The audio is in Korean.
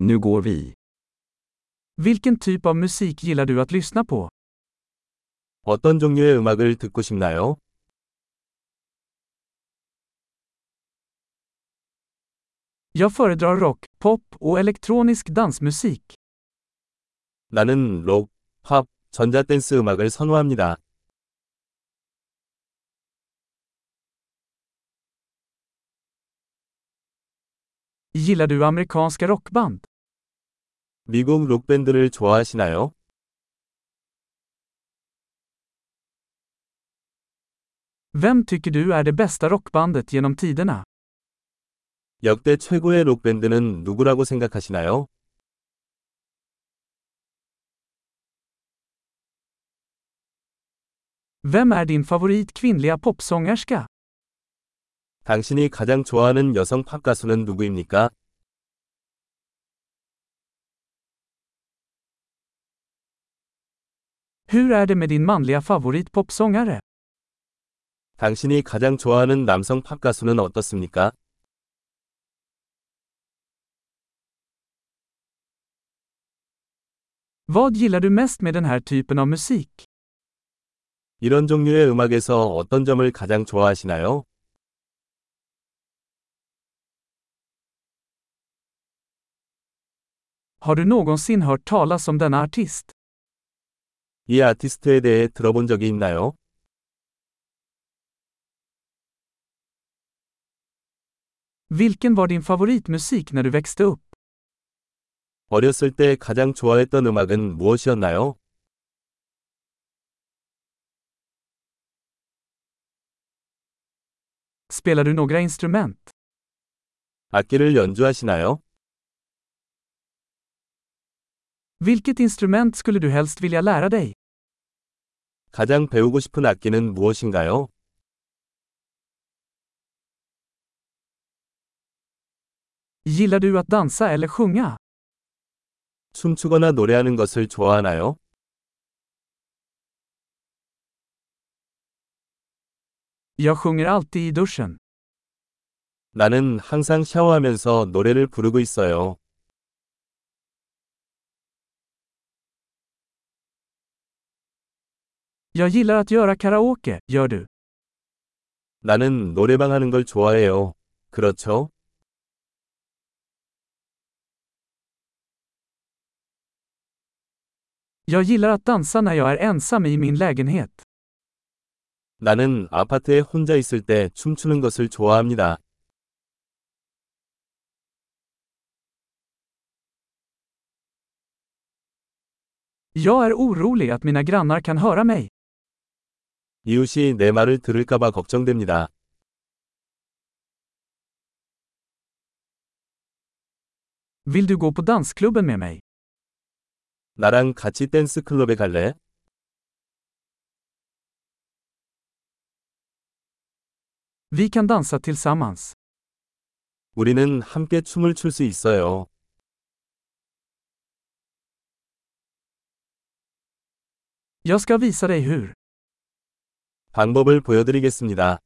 Nu går vi. Vilken typ av musik gillar du att lyssna på? 어떤 종류의 음악을 듣고 싶나요? Jag föredrar rock, pop och elektronisk dansmusik. 나는 록, 팝, 전자댄스 음악을 선호합니다. Gillar du amerikanska rockband? 미국 록밴드를 좋아하시나요? Vem tycker du är det bästa rockbandet genom tiderna? 역대 최고의 록밴드는 누구라고 생각하시나요? Vem är din favorit kvinnliga popsångerska? 당신이 가장 좋아하는 여성 팝 가수는 누구입니까? Hur är det med din manliga favorit popsångare? 당신이 가장 좋아하는 남성 팝 가수는 어떻습니까? Vad gillar du mest med den här typen av musik? 이런 종류의 음악에서 어떤 점을 가장 좋아하시나요? Har du någonsin hört talas om denna artist? 이 아티스트에 대해 들어본 적이 있나요? Vilken var din favoritmusik när du växte upp? 어렸을 때 가장 좋아했던 음악은 무엇이었나요? Spelar du några instrument? 악기를 연주하시나요? Vilket instrument skulle du helst vilja lära dig? 가장 배우고 싶은 악기는 무엇인가요? Gillar du att dansa eller sjunga? 춤추거나 노래하는 것을 좋아하나요? Jag sjunger alltid i duschen. 나는 항상 샤워하면서 노래를 부르고 있어요. Jag gillar att göra karaoke, gör du? 나는 노래방 하는 걸 좋아해요. 그렇죠? Jag gillar att dansa när jag är ensam i min lägenhet. 나는 아파트에 혼자 있을 때 춤추는 것을 좋아합니다. Jag är orolig att mina grannar kan höra mig. 이웃이 내 말을 들을까봐 걱정됩니다. Vill du gå på dansklubben med mig? 나랑 같이 댄스 클럽에 갈래? Vi kan dansa tillsammans. 우리는 함께 춤을 출 수 있어요. Jag ska visa dig hur. 방법을 보여드리겠습니다.